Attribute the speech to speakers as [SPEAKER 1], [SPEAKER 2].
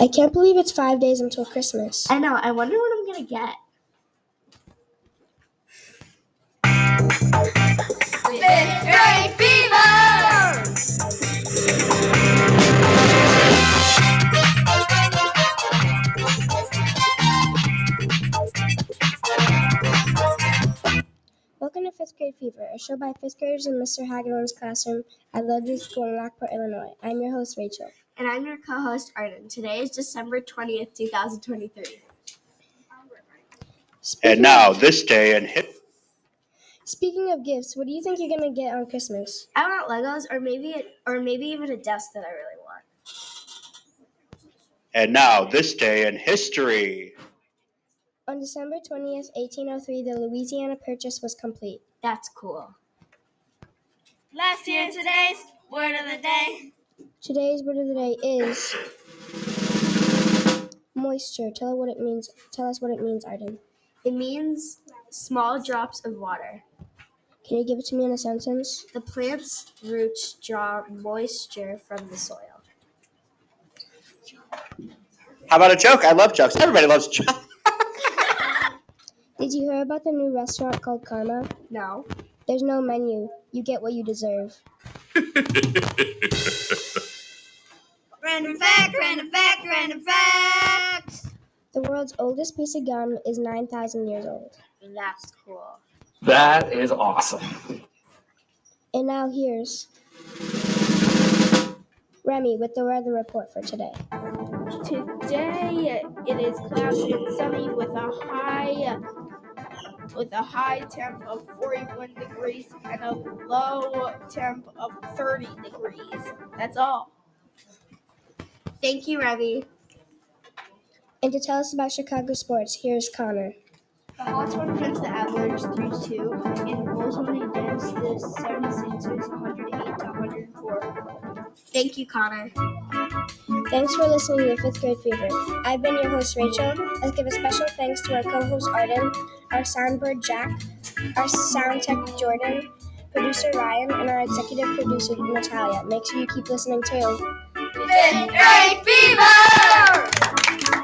[SPEAKER 1] I can't believe it's five days until Christmas.
[SPEAKER 2] I know. I wonder what I'm gonna get.
[SPEAKER 3] Fifth grade fever!
[SPEAKER 1] Welcome to Fifth Grade Fever, a show by fifth graders in Mr. Hagedorn's classroom at Ledger School in Rockport, Illinois. I'm your host, Rachel.
[SPEAKER 2] And I'm your co-host Arden. Today is December twentieth, two thousand twenty-three.
[SPEAKER 1] Speaking
[SPEAKER 4] And now, this day in hip
[SPEAKER 1] speaking of gifts, what do you think you're gonna get on Christmas?
[SPEAKER 2] I want Legos, or maybe, or maybe even a desk that I really want.
[SPEAKER 4] and now this day in history.
[SPEAKER 1] On December 20th, 1803, the Louisiana Purchase was complete.
[SPEAKER 2] That's cool.
[SPEAKER 3] Last year today's word of the day.
[SPEAKER 1] Today's word of the day is moisture. Tell us what it means. Tell us what it means, Arden.
[SPEAKER 2] It means small drops of water.
[SPEAKER 1] Can you give it to me in a sentence?
[SPEAKER 2] The plant's roots draw moisture from the soil.
[SPEAKER 4] How about a joke? I love jokes. Everybody loves jokes.
[SPEAKER 1] Did you hear about the new restaurant called Karma?
[SPEAKER 2] No.
[SPEAKER 1] There's no menu. You get what you deserve.
[SPEAKER 3] Random fact, random fact, random fact.
[SPEAKER 1] The world's oldest piece of gum is 9,000 years old.
[SPEAKER 2] That's cool.
[SPEAKER 5] That is awesome.
[SPEAKER 1] And now here's Remy with the weather report for today.
[SPEAKER 6] Today it is cloudy and sunny with a high with a high temp of 41 degrees and a low temp of 30 degrees. That's all.
[SPEAKER 2] Thank you, Remy.
[SPEAKER 1] And to tell us about Chicago sports, here's Connor.
[SPEAKER 6] The Hawks won against the Avalanche 3-2 and the Bulls won against the 76ers 108 to 104.
[SPEAKER 2] Thank you, Connor.
[SPEAKER 1] Thanks for listening to Fifth Grade Fever. I've been your host, Rachel. Let's give a special thanks to our co host, Arden, our soundboard, Jack, our sound tech, Jordan, producer, Ryan, and our executive producer, Natalia. Make sure you keep listening, too.
[SPEAKER 3] Fifth grade fever!